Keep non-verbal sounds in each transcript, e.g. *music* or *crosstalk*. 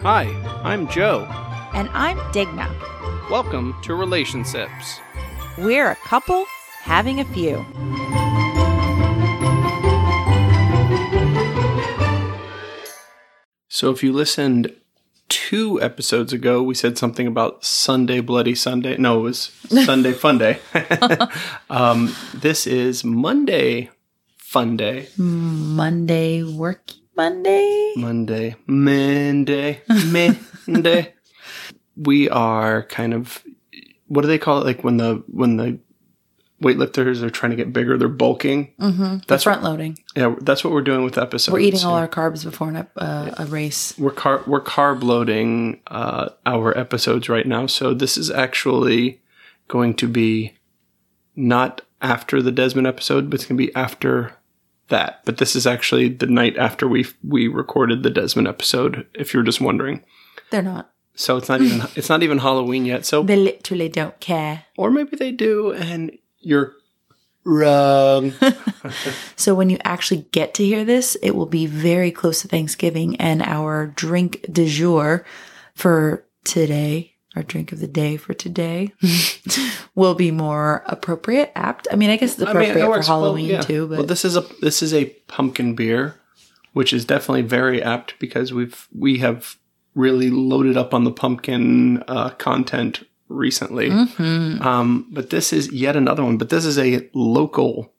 Hi, I'm Joe. And I'm Digna. Welcome to Relationships. We're a couple having a few. So, if you listened two episodes ago, we said something about Sunday Bloody Sunday. No, *laughs* it was Sunday Fun Day. *laughs* um, this is Monday Fun Day. Monday, work Monday. Monday, Monday, Monday. we are kind of what do they call it? Like when the when the weightlifters are trying to get bigger, they're bulking. Mm-hmm. That's- front loading. Yeah, that's what we're doing with episodes. We're eating all Yeah. our carbs before an, ep- uh, a race. we're car- we're carb loading uh, our episodes right now, so this is actually going to be not after the Desmond episode, but it's going to be after that. But this is actually the night after we we recorded the Desmond episode. If you're just wondering, They're not. so it's not even it's not even Halloween yet. So They literally don't care. or maybe they do, and you're wrong. So when you actually get to hear this, it will be very close to Thanksgiving and our drink du jour for today, our drink of the day for today *laughs* will be more appropriate, apt. I mean, I guess it's I mean, appropriate it for works. Well, Halloween yeah. too, but well, this is a this is a pumpkin beer, which is definitely very apt because we've we have really loaded up on the pumpkin uh, content recently. Mm-hmm. Um, but this is yet another one. But this is a local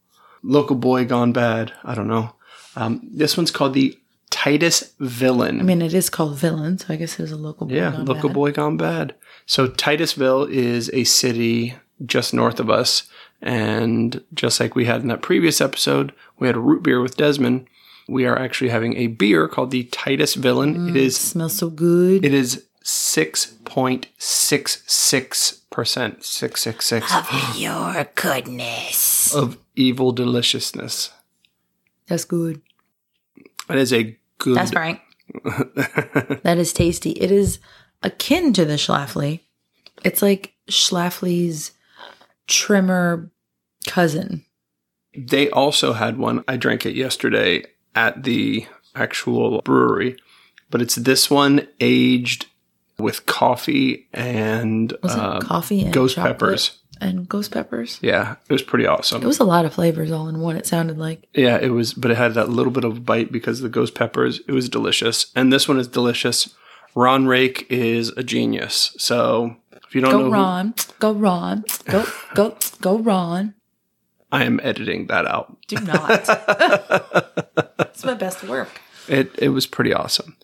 local boy gone bad. I don't know. Um, this one's called the Titus Villain. I mean, it is called Villain, so I guess it was a local boy. Yeah, gone local bad. boy gone bad. So Titusville is a city just north of us, and just like we had in that previous episode, we had a root beer with Desmond. We are actually having a beer called the Titus Villain. Mm. It is smells so good. it is six point six six percent six six six Your goodness. of evil deliciousness. That's good. It is a good. That's right. *laughs* *laughs* that is tasty. It is akin to the Schlafly. It's like Schlafly's trimmer cousin. They also had one. I drank it yesterday at the actual brewery, but it's this one aged with coffee and Was uh, it coffee and ghost chocolate peppers. And ghost peppers. Yeah, it was pretty awesome. It was a lot of flavors all in one. It sounded like yeah, it was, but it had that little bit of bite because of the ghost peppers. It was delicious, and this one is delicious. Ron Rake is a genius. So if you don't know, go who- Ron, go Ron, go go go Ron. I am editing that out. Do *laughs* not. it's my best work. It it was pretty awesome.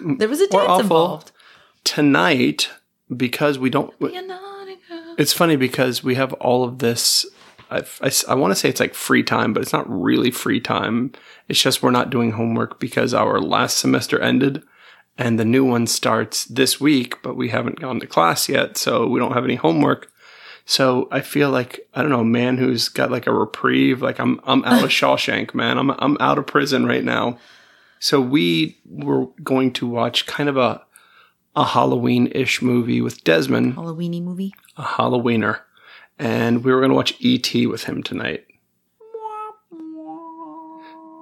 There was a Or dance awful. involved. Tonight, because we don't You're not enough. It's funny because we have all of this. I've, I, want to say it's like free time, but it's not really free time. It's just we're not doing homework because our last semester ended and the new one starts this week, but we haven't gone to class yet. So we don't have any homework. So I feel like, I don't know, a man who's got like a reprieve. Like I'm, I'm out of Shawshank, man. I'm, I'm out of prison right now. So we were going to watch kind of a, a Halloween ish movie with Desmond Halloweeny movie. a Halloweener, and we were going to watch E.T. with him tonight.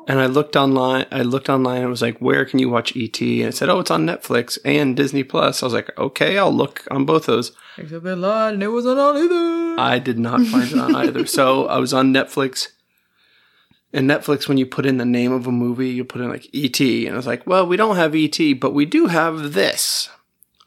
And I looked online. I looked online and it was like, "Where can you watch E.T.?" And it said, "Oh, it's on Netflix and Disney Plus." I was like, "Okay, I'll look on both those." Except they lied and it wasn't on either. I did not find it on either. So I was on Netflix. And Netflix, when you put in the name of a movie, you put in like E.T. And I was like, "Well, we don't have E.T., but we do have this."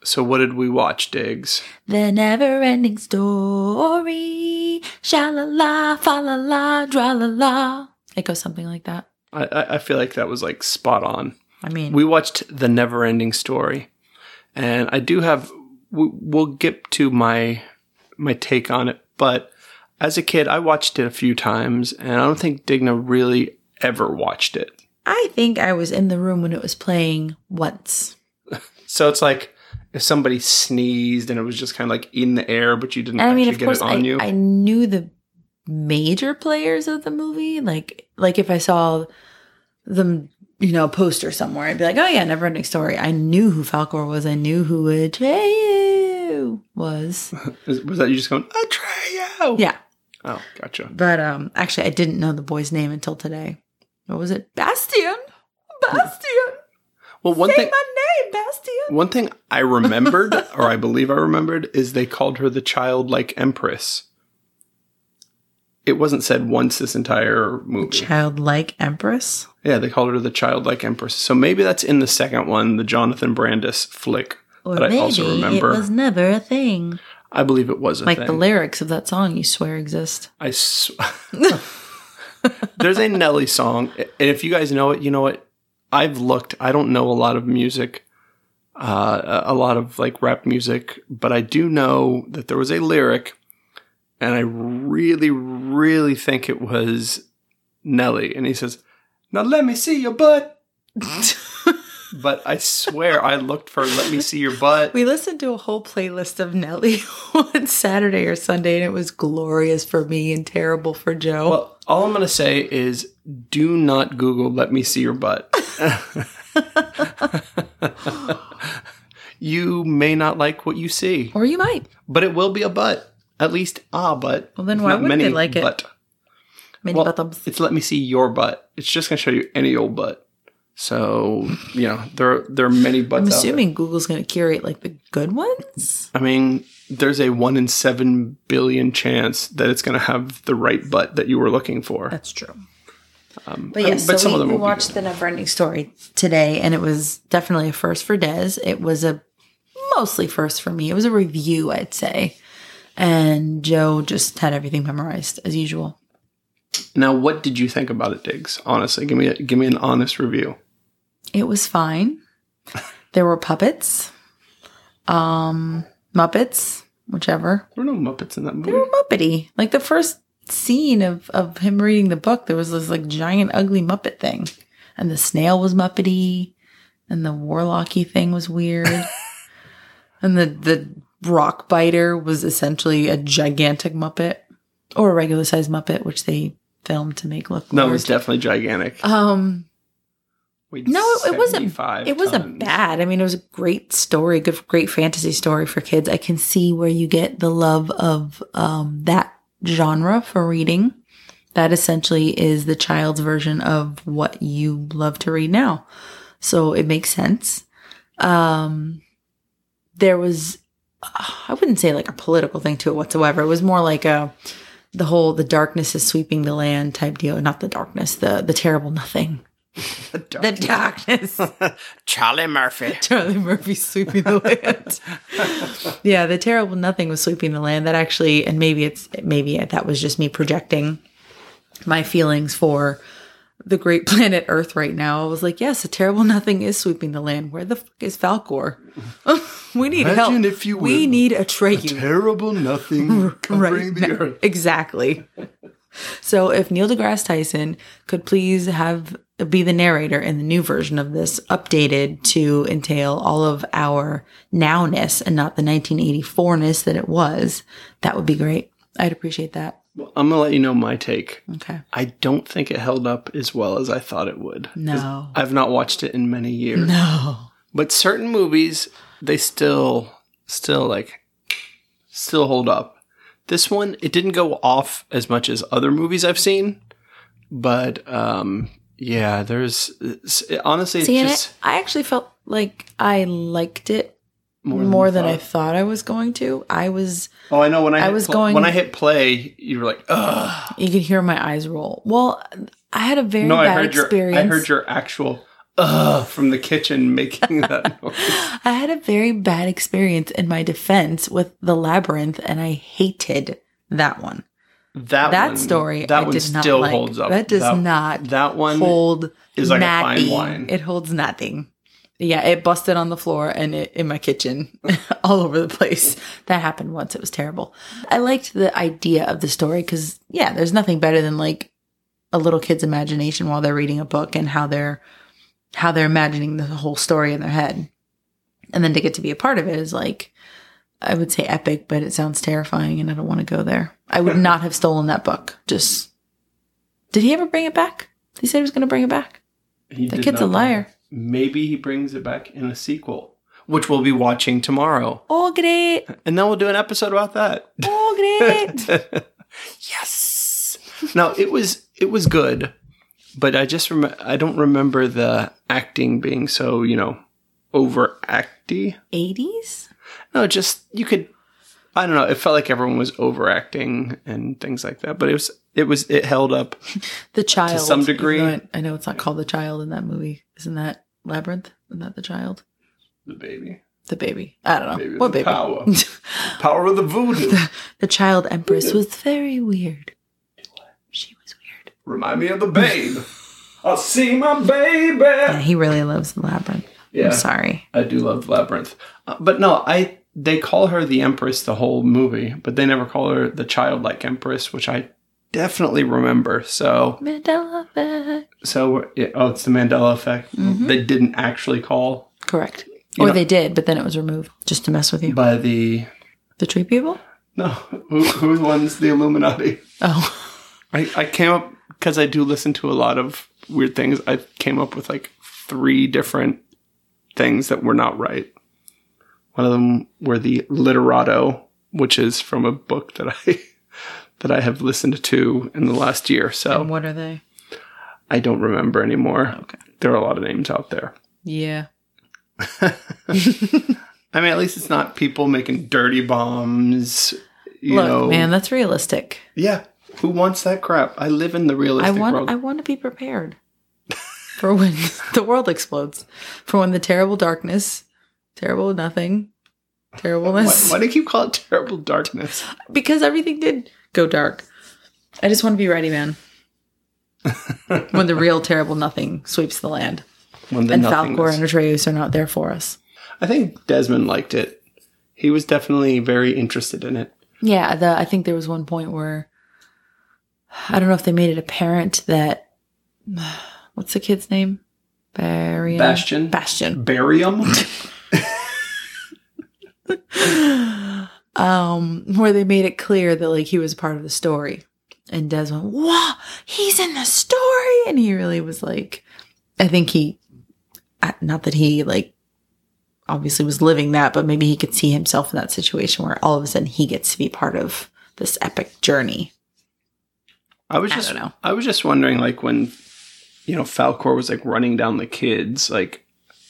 So what did we watch, Diggs? The never ending story. Sha la la, fa la la, dra la la. It goes something like that. I, I I feel like that was like spot on. I mean, we watched the never ending story and i do have we- we'll get to my my take on it but as a kid i watched it a few times and i don't think digna really ever watched it I think I was in the room when it was playing once. so it's like if somebody sneezed and it was just kind of like in the air but you didn't And I actually mean, of get course, it on I, you I knew the major players of the movie. Like, like if I saw them, you know, a poster somewhere, I'd be like, oh yeah, never ending story. I knew who Falcor was. I knew who Atreyu *laughs* was. Is- was that you just going atreyu Yeah. oh gotcha But um actually I didn't know the boy's name until today. What was it? Bastian. Bastian. Well, one Say thing my name, Bastia. one thing I remembered, or I believe I remembered, is they called her the childlike empress. It wasn't said once this entire movie. Childlike Empress. yeah, they called her the childlike empress. So maybe that's in the second one, the Jonathan Brandis flick Or that I maybe also remember. it was never a thing. I believe it was a Like thing. the lyrics of that song you swear exist. I s- *laughs* There's a Nelly song, and if you guys know it, you know it. I've looked. I don't know a lot of music, uh, a lot of like rap music, but I do know that there was a lyric, and I really, really think it was Nelly, and he says, "Now let me see your *laughs* butt." but I swear, I looked for "Let me see your butt." We listened to a whole playlist of Nelly *laughs* on Saturday or Sunday, and it was glorious for me and terrible for Joe. Well, Uh, all I'm going to say is do not Google let me see your butt. you may not like what you see, or you might. but it will be a butt. At least a butt. Well, then If why not wouldn't they like it? Butt. Many Well, buttons. It's let me see your butt. It's just going to show you any old butt. So, you know, there, there are many butts I'm out there. assuming Google's going to curate like the good ones. I mean, there's a one in seven billion chance that it's going to have the right butt that you were looking for. That's true. I- but yes, Um, but so some we, of them we will be watched the Neverending Story today, and it was definitely a first for Dez. It was a mostly first for me. It was a review, I'd say. And Joe just had everything memorized as usual. Now, what did you think about it, Diggs? Honestly, give me a, give me an honest review. It was fine. There were puppets, um, Muppets, whichever. There were no Muppets in that They were movie. Muppety. Like the first scene of, of him reading the book, there was this like giant ugly Muppet thing. And the snail was Muppety. And the warlocky thing was weird. and the, the rock biter was essentially a gigantic Muppet or a regular sized Muppet, which they filmed to make look No, it weird. was definitely gigantic. um, Weighed no, it, it wasn't. 75 It wasn't tons. bad. I mean, it was a great story, good, great fantasy story for kids. I can see where you get the love of um, that genre for reading. That essentially is the child's version of what you love to read now, so it makes sense. Um, there was, uh, I wouldn't say like a political thing to it whatsoever. It was more like a the whole the darkness is sweeping the land type deal. Not the darkness, the the terrible nothing. *laughs* The darkness. Charlie Murphy. *laughs* Charlie Murphy sweeping the land. *laughs* yeah, the terrible nothing was sweeping the land. That actually, and maybe it's maybe that was just me projecting my feelings for the great *laughs* planet Earth right now. I was like, yes, a terrible nothing is sweeping the land. Where the fuck is Falcor? *laughs* we need Imagine help. if you we were need Atreyu Terrible *laughs* nothing covering the now. earth. *laughs* Exactly. so if Neil deGrasse Tyson could please have be the narrator in the new version of this updated to entail all of our nowness and not the 1984ness that it was, that would be great. I'd appreciate that. Well, I'm gonna let you know my take. Okay. I don't think it held up as well as I thought it would. 'Cause No. I've not watched it in many years. No. But certain movies, they still, still like, still hold up. This one, it didn't go off as much as other movies I've seen, but um, yeah, there's it's- honestly it's See, and just I, I actually felt like I liked it more, than, I thought. thought I was going to. I was Oh, I know when I, I hit was pl- going- when I hit play, you were like, ugh. you could hear my eyes roll. Well, I had a very No, I bad heard experience. your I heard your actual ugh from the kitchen making that *laughs* noise. I had a very bad experience in my defense with the labyrinth, and I hated that one. That That one- story, that I one did not still like. holds up. That does not That one Hold is like a fine nothing. wine. E. It holds nothing. Yeah, it busted on the floor and it, in my kitchen, *laughs* all over the place. That happened once. It was terrible. I liked the idea of the story because yeah, there's nothing better than like a little kid's imagination while they're reading a book and how they're how they're imagining the whole story in their head. And then to get to be a part of it is like I would say epic, but it sounds terrifying and I don't want to go there. *laughs* I would not have stolen that book. Just Did he ever bring it back? He said he was going to bring it back. He The did kid's a not- liar. Maybe he brings it back in a sequel, which we'll be watching tomorrow, Oh great. and then we'll do an episode about that. Oh *laughs* great. yes. Now it was it was good, but I just rem- I don't remember the acting being so you know overacty. 80s? No, just you could. I don't know. It felt like everyone was overacting and things like that. But it was it was it held up. The Child. some even degree. though it- I know it's not called The Child in that movie. Isn't that Labyrinth? Isn't that The Child? The baby, The baby. I don't know. Baby with Oh, what the baby? power. *laughs* power of the voodoo. the, the Child Empress was very weird. She was weird. Remind me of the babe. I'll see my Yeah, baby. he really loves the Labyrinth. Yeah. I'm sorry. I do love Labyrinth. Uh, but no, I they call her the Empress the whole movie, but they never call her the childlike Empress, which I definitely remember. So Mandela effect. so yeah, oh, it's the Mandela effect. Mm-hmm. They didn't actually call Correct. You or know- they did, but then it was removed just to mess with you. by the the tree people? no who who one's the Illuminati. Oh. I I came up because I do listen to a lot of weird things. I came up with like three different things that were not right. One of them were the literato, which is from a book that I *laughs* that I have listened to in the last year. So *laughs* what are they? I don't remember anymore. Okay. There are a lot of names out there. Yeah. I mean, at least it's not people making dirty bombs. You Look, know, man, that's realistic. yeah. Who wants that crap? I live in the I realistic want world. I want to be prepared for when *laughs* the world explodes, for when the terrible darkness, terrible nothing, why, terribleness, why do you keep calling it terrible darkness? because everything did go dark. I just want to be *laughs* ready, man. when the real terrible nothing sweeps the land, When the and nothingness- Falcor and Atreus are not there for us. I think Desmond liked it. He was definitely very interested in it. Yeah, the I think there was one point where I don't know if they made it apparent that *sighs* what's the kid's name? Barry Bastion? Bastion. Barium? *gasps* um, where they made it clear that like he was part of the story. And Desmond, wow, he's in the story, and he really was like, I think he, I- not that he like, obviously was living that, but maybe he could see himself in that situation where all of a sudden he gets to be part of this epic journey. I was *laughs* I just I, don't know. was just wondering like when you know Falcor was like running down the kids, like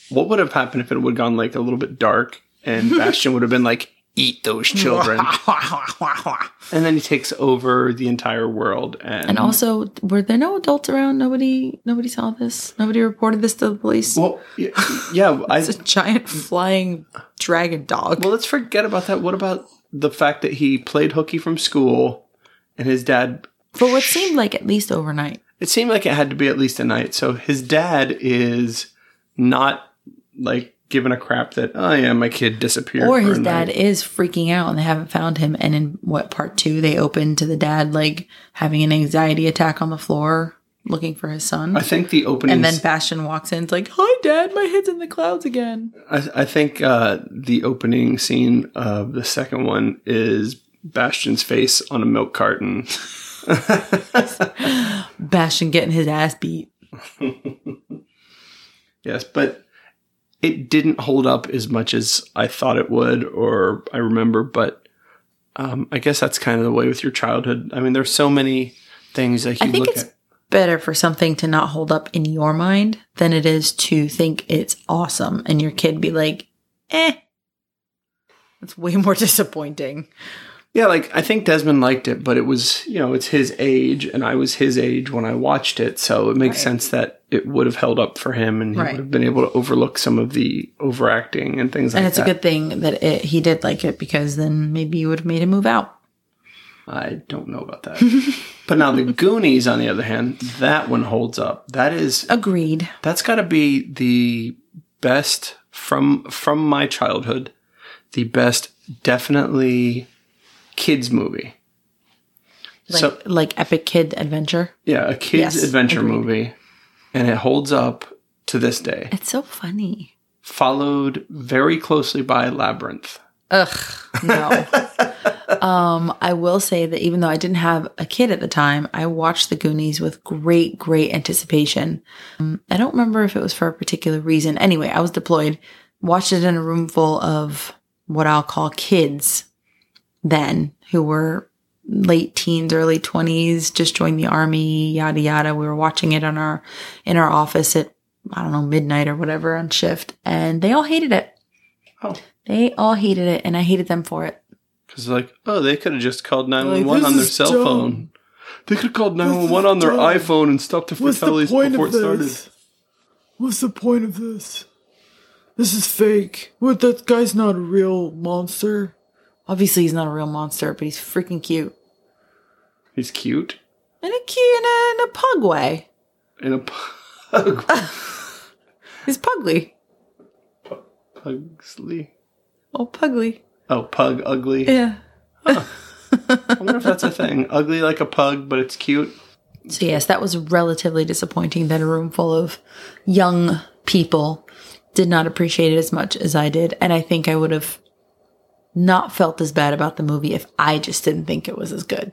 what would have happened if it would have gone like a little bit dark *laughs* and Bastion would have been like eat those children. and then he takes over the entire world and, And also, were there no adults around? Nobody, nobody saw this. Nobody reported this to the police. well yeah, yeah *laughs* I it's a giant flying dragon dog. Well, let's forget about that. What about the fact that he played hooky from school and his dad For what seemed like at least overnight. it seemed like it had to be at least a night. So his dad is not like giving a crap that oh yeah, my kid disappeared. Or for his a dad night." is freaking out and they haven't found him. And in what part two, they open to the dad like having an anxiety attack on the floor looking for his son. I think the opening. And then Bastion walks in, it's like, Hi, dad, my head's in the *laughs* clouds again. I, I think uh, the opening scene of the second one is Bastion's face on a milk carton. *laughs* Bastion getting his ass beat. Yes, but it didn't hold up as much as I thought it would or I remember, but um, I guess that's kind of the way with your childhood. I mean, there's so many things that you I think look it's at. better for something to not hold up in your mind than it is to think it's awesome and your kid be like, eh. That's way more *laughs* disappointing. Yeah, like I think Desmond liked it, but it was, you know, it's his age and I was his age when I watched it, so it makes Right. sense that it would have held up for him and he Right. would have been able to overlook some of the overacting and things like And it's that. a good thing that it, he did like it because then maybe you would have made him move out. I don't know about *laughs* that. but now the Goonies on the other hand, that one holds up. That is Agreed. That's got to be the best from from my childhood. The best, definitely, kids movie. Like, So- like epic kid adventure. Yeah, a kids Yes, adventure agreed. movie, and it holds up to this day. It's so funny. Followed very closely by Labyrinth. Ugh, no. um, I will say that even though I didn't have a kid at the time, I watched The Goonies with great, great anticipation. Um, I don't remember if it was for a particular reason. Anyway, I was deployed, watched it in a room full of what I'll call kids then who were late teens, early 20s, just joined the army, yada yada. We were watching it on our in our office at I don't know midnight or whatever on shift, and they all hated it. Oh. They all hated it, and I hated them for it. Because like, oh, they could have just called nine one Like, one this on their is cell dumb. phone. They could have called nine one one is on their dumb. iPhone and stopped the What's the fatalities point before of it started. this? What's the point of this? This is fake. What? That guy's not a real monster. Obviously, he's not a real monster, but he's freaking cute He's cute in a cute in a, in a pug way. in a *laughs* pug. He's pugly. Pugsley. Oh, pugly. Oh, pug ugly. Yeah. I wonder if that's a thing. Ugly like a pug, but it's cute. So yes, that was relatively disappointing that a room full of young people did not appreciate it as much as I did, and I think I would have not felt as bad about the movie if I just didn't think it was as good.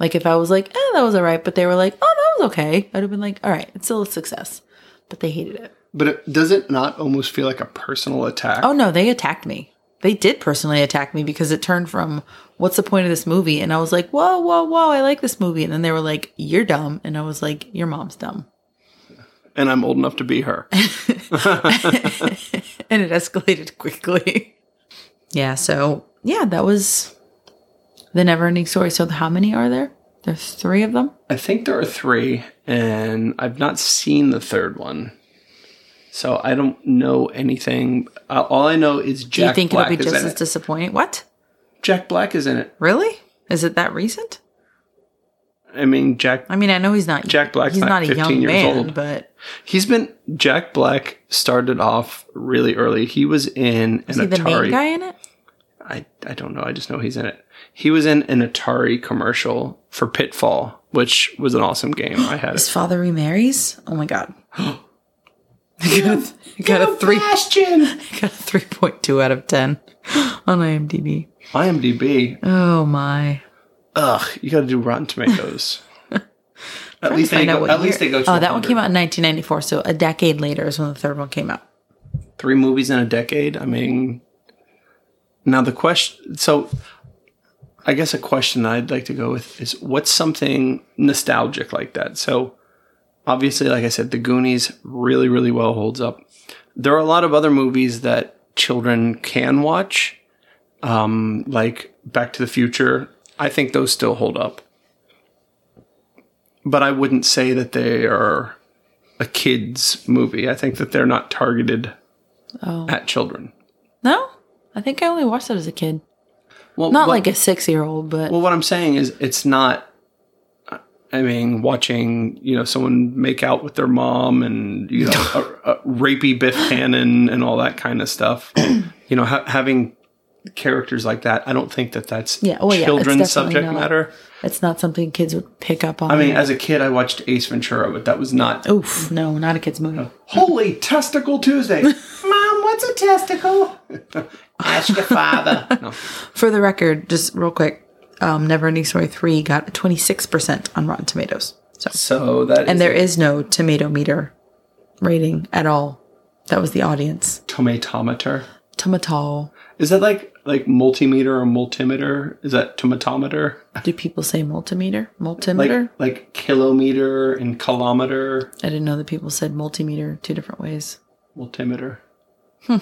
Like if I was like, "Eh, that was alright," but they were like, "Oh, that was okay," I'd have been like, "All right, it's still a success," but they hated it. But it, does it not almost feel like a personal attack? Oh no, they attacked me. They did personally attack me because it turned from what's the point of this movie? And I was like, whoa, whoa, whoa, I like this movie. And then they were like, you're dumb. And I was like, your mom's dumb. *laughs* And I'm old enough to be her. and it escalated *laughs* quickly. yeah, so yeah, that was the never ending story. So how many are there? There's three of them. I think there are three, and I've not seen the third one. So I don't know anything. Uh, all I know is Do you Jack think Black it'll be is just in as it. disappointing? What? Jack Black is in it. Really? Is it that recent? I mean, Jack I mean, I know he's not Jack Black's He's not not, a 15 young years man, old. but He's been Jack Black started off really early. He was in an is he the main Atari. guy in it? I I don't know. I just know he's in it. He was in an Atari commercial for Pitfall, which was an awesome game. I had *gasps* His it. father remarries. Oh my god. *gasps* I got a, I got a three. I Bastion. got a three point two out of ten *gasps* on IMDb. IMDb. Oh my! Ugh, you got to do Rotten Tomatoes. at *laughs* Trying to least they find out go. what At least year- they go. Oh, that one 100. came out in 1994, so a decade later is when the third one came out. three movies in a decade. I mean, now the question. So, I guess a question I'd like to go with is what's something nostalgic like that? So, obviously, like I said, The Goonies really, really well holds up. There are a lot of other movies that children can watch, um, like Back to the Future. I think those still hold up. But I wouldn't say that they are a kids movie. I think that they're not targeted at children. No, I think I only watched that as a kid. Well, Not what- like a six-year-old, but well, what I'm saying is it's not. I mean, watching you know someone make out with their mom and you know *laughs* a, a rapey Biff Tannen and all that kind of *clears throat* stuff. you know, ha- having characters like that, I don't think that that's Yeah, well, yeah, it's children's definitely subject not. matter. it's not something kids would pick up on. I mean, as a kid, I watched Ace Ventura, but that was not. oof, no, not a kids Oh. movie. Holy Testicle *laughs* Tuesday, Mom! What's a testicle? Ask your father. *laughs* No. For the record, just real quick, um, Neverending Story three got 26 percent on Rotten Tomatoes. So So that and is there is no tomato meter rating at all. That was the audience. tomatometer. Tomato. Is that like like multimeter or multimeter? Is that tomatometer? Do people say multimeter? Like Multimeter? like kilometer and kilometer I didn't know that people said multimeter two different ways. multimeter. Hmm.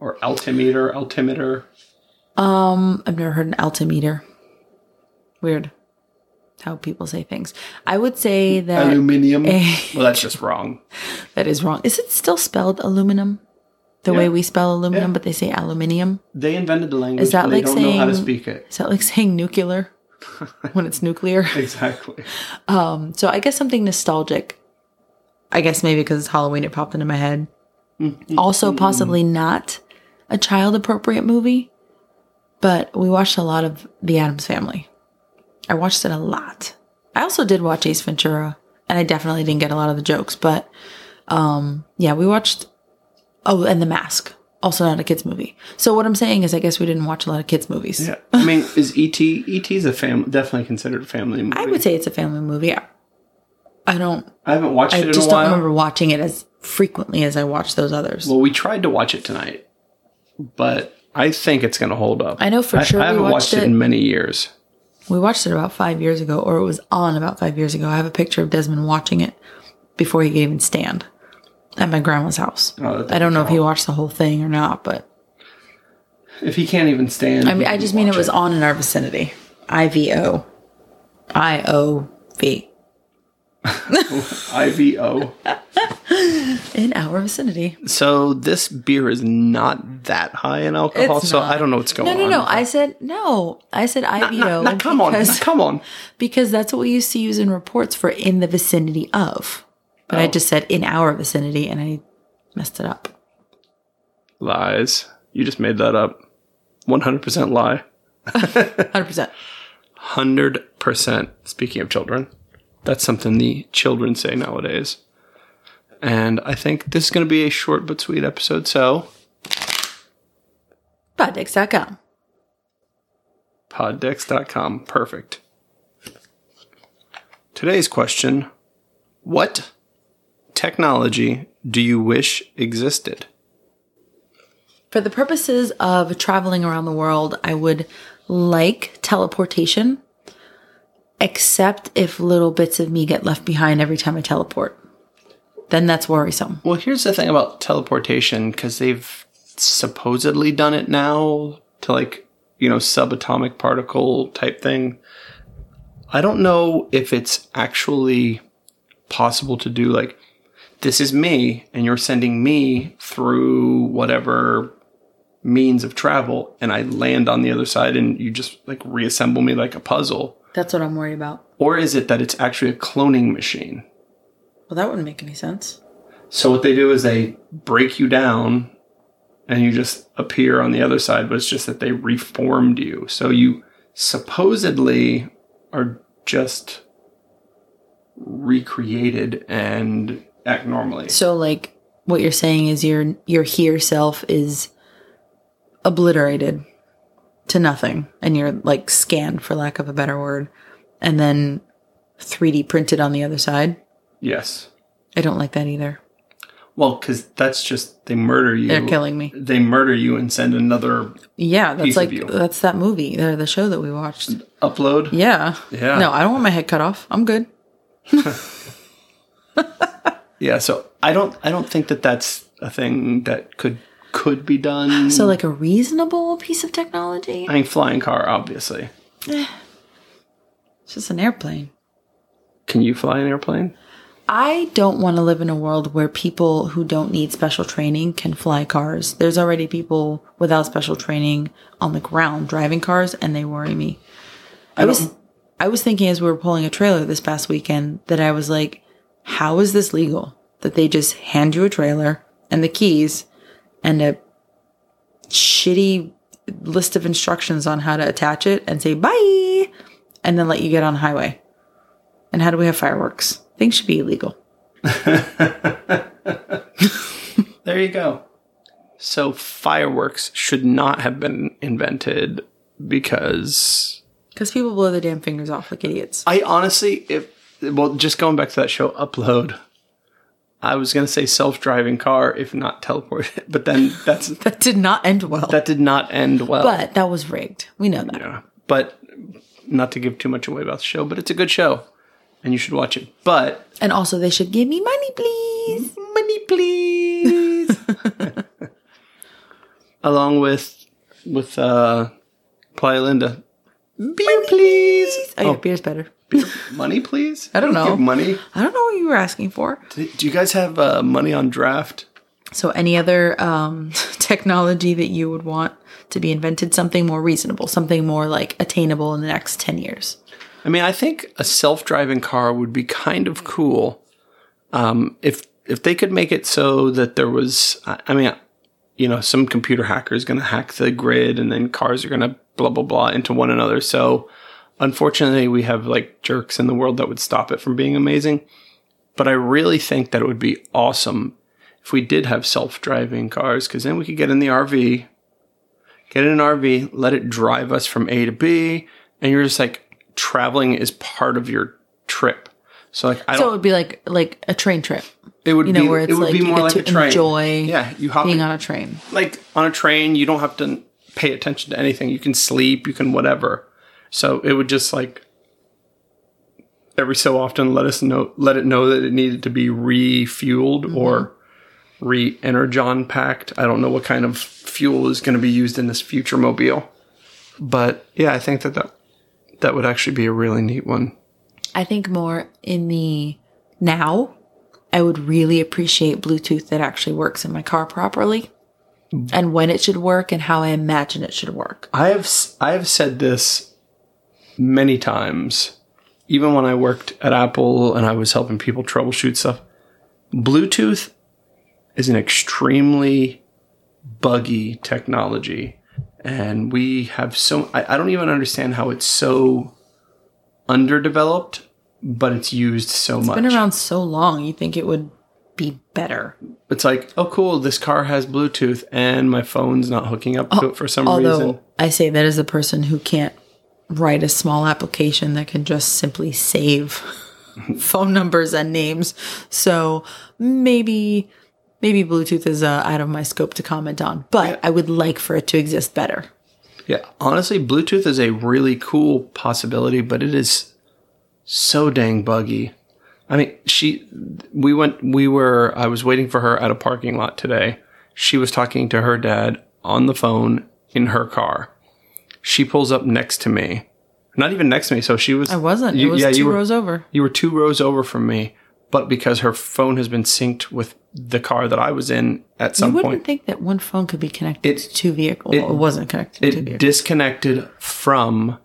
Or altimeter, altimeter. Um, I've never heard an altimeter. Weird how people say things. I would say that Aluminium. eh. well that's just wrong. that is wrong. Is it still spelled aluminum? The Yeah. way we spell aluminum, Yeah. but they say aluminium. They invented the language that but they like don't know how to saying- speak it. Is that like *laughs* saying nuclear when it's nuclear? Exactly. Um, so I guess something nostalgic. I guess maybe because it's Halloween, it popped into my head. Also, possibly not a child appropriate movie, but we watched a lot of The Adams Family. I watched it a lot. I also did watch Ace Ventura, and I definitely didn't get a lot of the jokes, but um, yeah, we watched. Oh, and The Mask, also not a kids movie. So what I'm saying is, I guess we didn't watch a lot of kids movies. Yeah. I mean, is E ET ET is a fam definitely considered a family movie. I would say it's a family movie. I- I don't I haven't watched I it in just a don't while. remember watching it as frequently as I watched those others. Well, we tried to watch it tonight, but I think it's going to hold up. I know for I, sure I we haven't watched watched it it. in many years. We watched it about five years ago, or it was on about five years ago. I have a picture of Desmond watching it before he could even stand at my grandma's house. Oh, that I don't know if he doesn't watched the whole thing or not, but If he can't even stand, I mean, I just mean it was on in our vicinity. I V O. I O V. I V O. In our vicinity. So this beer is not that high in alcohol, It's so not. I don't know what's going No, on. no, no. I said no. I said IVO. No, no, come on, because, no, come on. because that's what we used to use in reports for in the vicinity of. But I Oh. just said in our vicinity, and I messed it up. Lies. You just made that up. One hundred percent lie. Hundred percent. Hundred percent. Speaking of children, that's something the children say nowadays. And I think this is going to be a short but sweet episode. So Poddex.com. poddex.com. Perfect. Today's question What technology do you wish existed? For the purposes of traveling around the world, I would like teleportation, except if little bits of me get left behind every time I teleport. Then that's worrisome. Well, here's the thing about teleportation because they've supposedly done it now to like, you know, subatomic particle type thing. I don't know if it's actually possible to do like, this is me, and you're sending me through whatever means of travel, and I land on the other side, and you just like reassemble me like a puzzle. That's what I'm worried about. Or is it that it's actually a cloning machine? Well, that wouldn't make any sense. So what they do is they break you down and you just appear on the other side, but it's just that they reformed you. So you supposedly are just recreated and act normally. So like what you're saying is your your here self is obliterated to nothing and you're like scanned for lack of a better word and then 3D printed on the other side. Yes. I don't like that either. Well, because that's just they murder you. They're killing me. They murder you and send another Yeah, that's Piece of like you. that's that movie, the, the show that we watched. upload. Yeah. Yeah. No, I don't want my head cut off. I'm good. Yeah. So I don't. I don't think that that's a thing that could could be done. So like a reasonable piece of technology. I mean, flying car, obviously. It's just an airplane. Can you fly an airplane? I don't want to live in a world where people who don't need special training can fly cars. There's already people without special training on the ground driving cars, and they worry me. I, was I was thinking as we were pulling a trailer this past weekend that I was like, how is this legal? That they just hand you a trailer and the keys and a shitty list of instructions on how to attach it and say bye and then let you get on the highway. And how do we have fireworks? Things should be illegal. There you go. So fireworks should not have been invented because Because people blow their damn fingers off like idiots. *laughs* I honestly, if well, just going back to that show, upload. I was gonna say self-driving car, if not teleport, *laughs* but then that's That did not end well. that did not end well. but that was rigged. We know that. Yeah. But not to give too much away about the show, but it's a good show, and you should watch it. But And also, they should give me money, please. money, please. *laughs* Along with with uh, Playa Linda. Beer, please. Oh, yeah, beer's better. Money, please. I don't know. Give money. I don't know what you were asking for. Do do you guys have uh, money on draft? So, any other um, *laughs* technology that you would want to be invented? Something more reasonable, something more like attainable in the next 10 years. I mean, I think a self-driving car would be kind of cool. Um, if if they could make it so that there was, I I mean, you know, some computer hacker is going to hack the grid, and then cars are going to blah blah blah into one another. So, unfortunately, we have like jerks in the world that would stop it from being amazing. But I really think that it would be awesome if we did have self-driving cars, because then we could get in the RV, get in an RV, let it drive us from A to B, and you're just like traveling is part of your trip. So like I So, it don't, would be like like a train trip, it would you know, be where it's it would like be you more get like to a train. enjoy yeah, you hop being in, on a train. like on a train, you don't have to pay attention to anything. You can sleep, you can whatever, So it would just like every so often let us know let it know that it needed to be refueled Mm-hmm. or re-energon packed. I don't know what kind of fuel is going to be used in this future mobile. But yeah, I think that that, that would actually be a really neat one. I think more in the now, I would really appreciate Bluetooth that actually works in my car properly and when it should work and how I imagine it should work. I have s- I have said this many times, even when I worked at Apple and I was helping people troubleshoot stuff. Bluetooth is an extremely buggy technology, and we have so I, I don't even understand how it's so underdeveloped, but it's used so much. It's been around so long, you think it would be better. It's like, oh, cool, this car has Bluetooth, and my phone's not hooking up to it for some Although reason. I say that as a person who can't write a small application that can just simply save *laughs* phone numbers and names. So maybe maybe Bluetooth is uh, out of my scope to comment on, but I would like for it to exist better. Yeah, honestly, Bluetooth is a really cool possibility, but it is so dang buggy. I mean, she, we went, we were, I was waiting for her at a parking lot today. She was talking to her dad on the phone in her car. She pulls up next to me, not even next to me. So she was. I wasn't. You- it was yeah, two you were, rows over. You were two rows over from me, but because her phone has been synced with the car that I was in at You some wouldn't point. think that one phone could be connected It- to two vehicles. It, wasn't connected to it two vehicles. disconnected from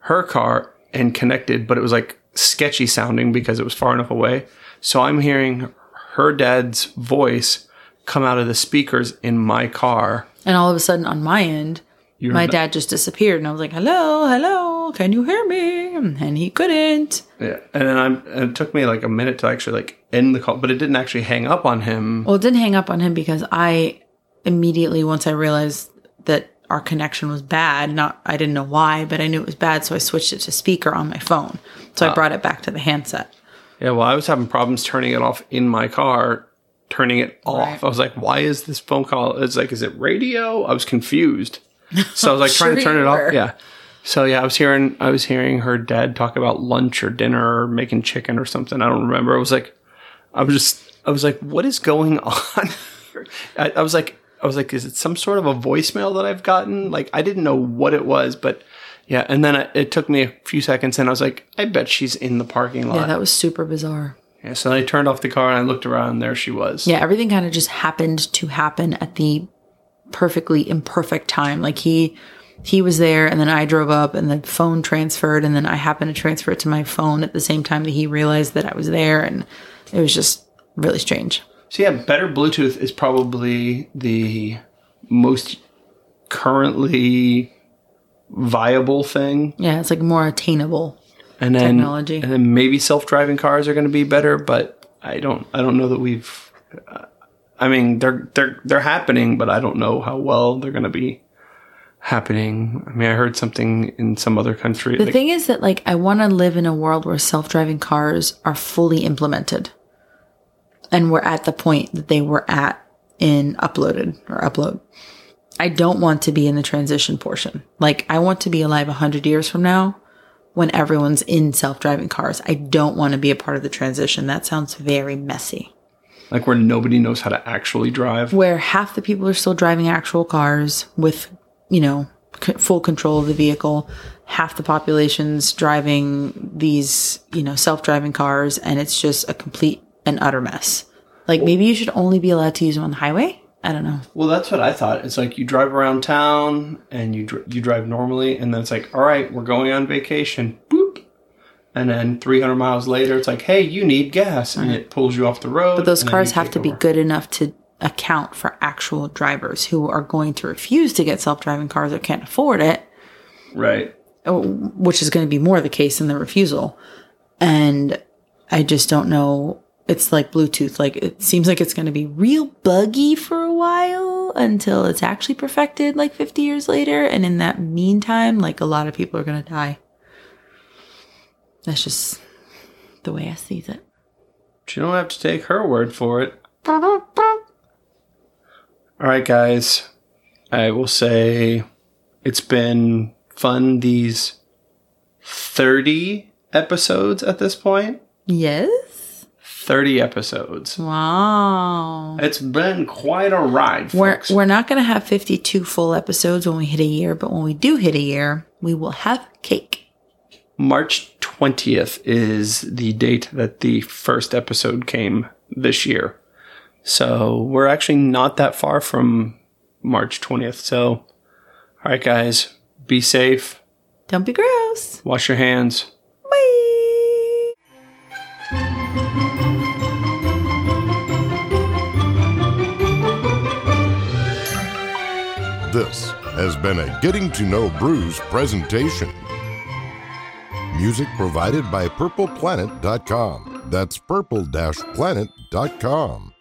her car and connected, but it was like sketchy sounding because it was far enough away. So I'm hearing her dad's voice come out of the speakers in my car. And all of a sudden on my end, You're my not- dad just disappeared and I was like, "Hello, hello, can you hear me?" And he couldn't. Yeah. And then I'm and it took me like a minute to actually like end the call, but it didn't actually hang up on him. Well, it didn't hang up on him because I immediately, once I realized that our connection was bad, not I didn't know why, but I knew it was bad, so I switched it to speaker on my phone. So Ah. I brought it back to the handset. Yeah, well, I was having problems turning it off in my car, turning it off. Right. I was like, why is this phone call? It's like, is it radio? I was *laughs* confused. So I was like trying to Sure turn you it off. were. Yeah. So yeah, I was hearing I was hearing her dad talk about lunch or dinner or making chicken or something. I don't remember. I was like I was just I was like, what is going *laughs* on? here? I, I was like I was like, is it some sort of a voicemail that I've gotten? Like I didn't know what it was, but yeah. And then I, it took me a few seconds, and I was like, I bet she's in the parking lot. Yeah, that was super bizarre. Yeah, so I turned off the car and I looked around and there she was. Yeah, everything kind of just happened to happen at the perfectly imperfect time. Like he he was there and then I drove up and the phone transferred and then I happened to transfer it to my phone at the same time that he realized that I was there and it was just really strange. So yeah, better Bluetooth is probably the most currently viable thing. Yeah, it's like more attainable. And then Technology. and then maybe self-driving cars are going to be better, but I don't I don't know that we've uh, I mean, they're they're they're happening, but I don't know how well they're going to be happening. I mean, I heard something in some other country. The thing is that like I want to live in a world where self-driving cars are fully implemented, and we're at the point that they were at in uploaded or upload. I don't want to be in the transition portion. Like I want to be alive hundred years from now when everyone's in self-driving cars. I don't want to be a part of the transition. That sounds very messy. like where nobody knows how to actually drive. Where half the people are still driving actual cars with, you know, c- full control of the vehicle. Half the population's driving these, you know, self-driving cars, and it's just a complete and utter mess. Like maybe you should only be allowed to use them on the highway. I don't know. Well, that's what I thought. It's like you drive around town and you dr- you drive normally, and then it's like, all right, we're going on vacation. Boop. And then 300 miles later, it's like, hey, you need gas, and it pulls you off the road. But those and then cars you have take to be over. good enough to account for actual drivers who are going to refuse to get self-driving cars or can't afford it. right? which is going to be more the case than the refusal. And I just don't know. It's like Bluetooth. Like it seems like it's going to be real buggy for a while until it's actually perfected, like 50 years later. And in that meantime, like a lot of people are going to die. That's just the way I see it. But you don't have to take her word for it. All right, guys. I will say it's been fun these 30 episodes at this point. Yes. 30 episodes. Wow. It's been quite a ride, We're, folks. we're not going to have 52 full episodes when we hit a year, but when we do hit a year, we will have cake. March 20th is the date that the first episode came this year. So we're actually not that far from March 20th. So, all right, guys, be safe, Don't be gross. wash your hands. Bye. This has been a Getting to Know Brews presentation. Music provided by PurplePlanet.com. That's purple-planet.com.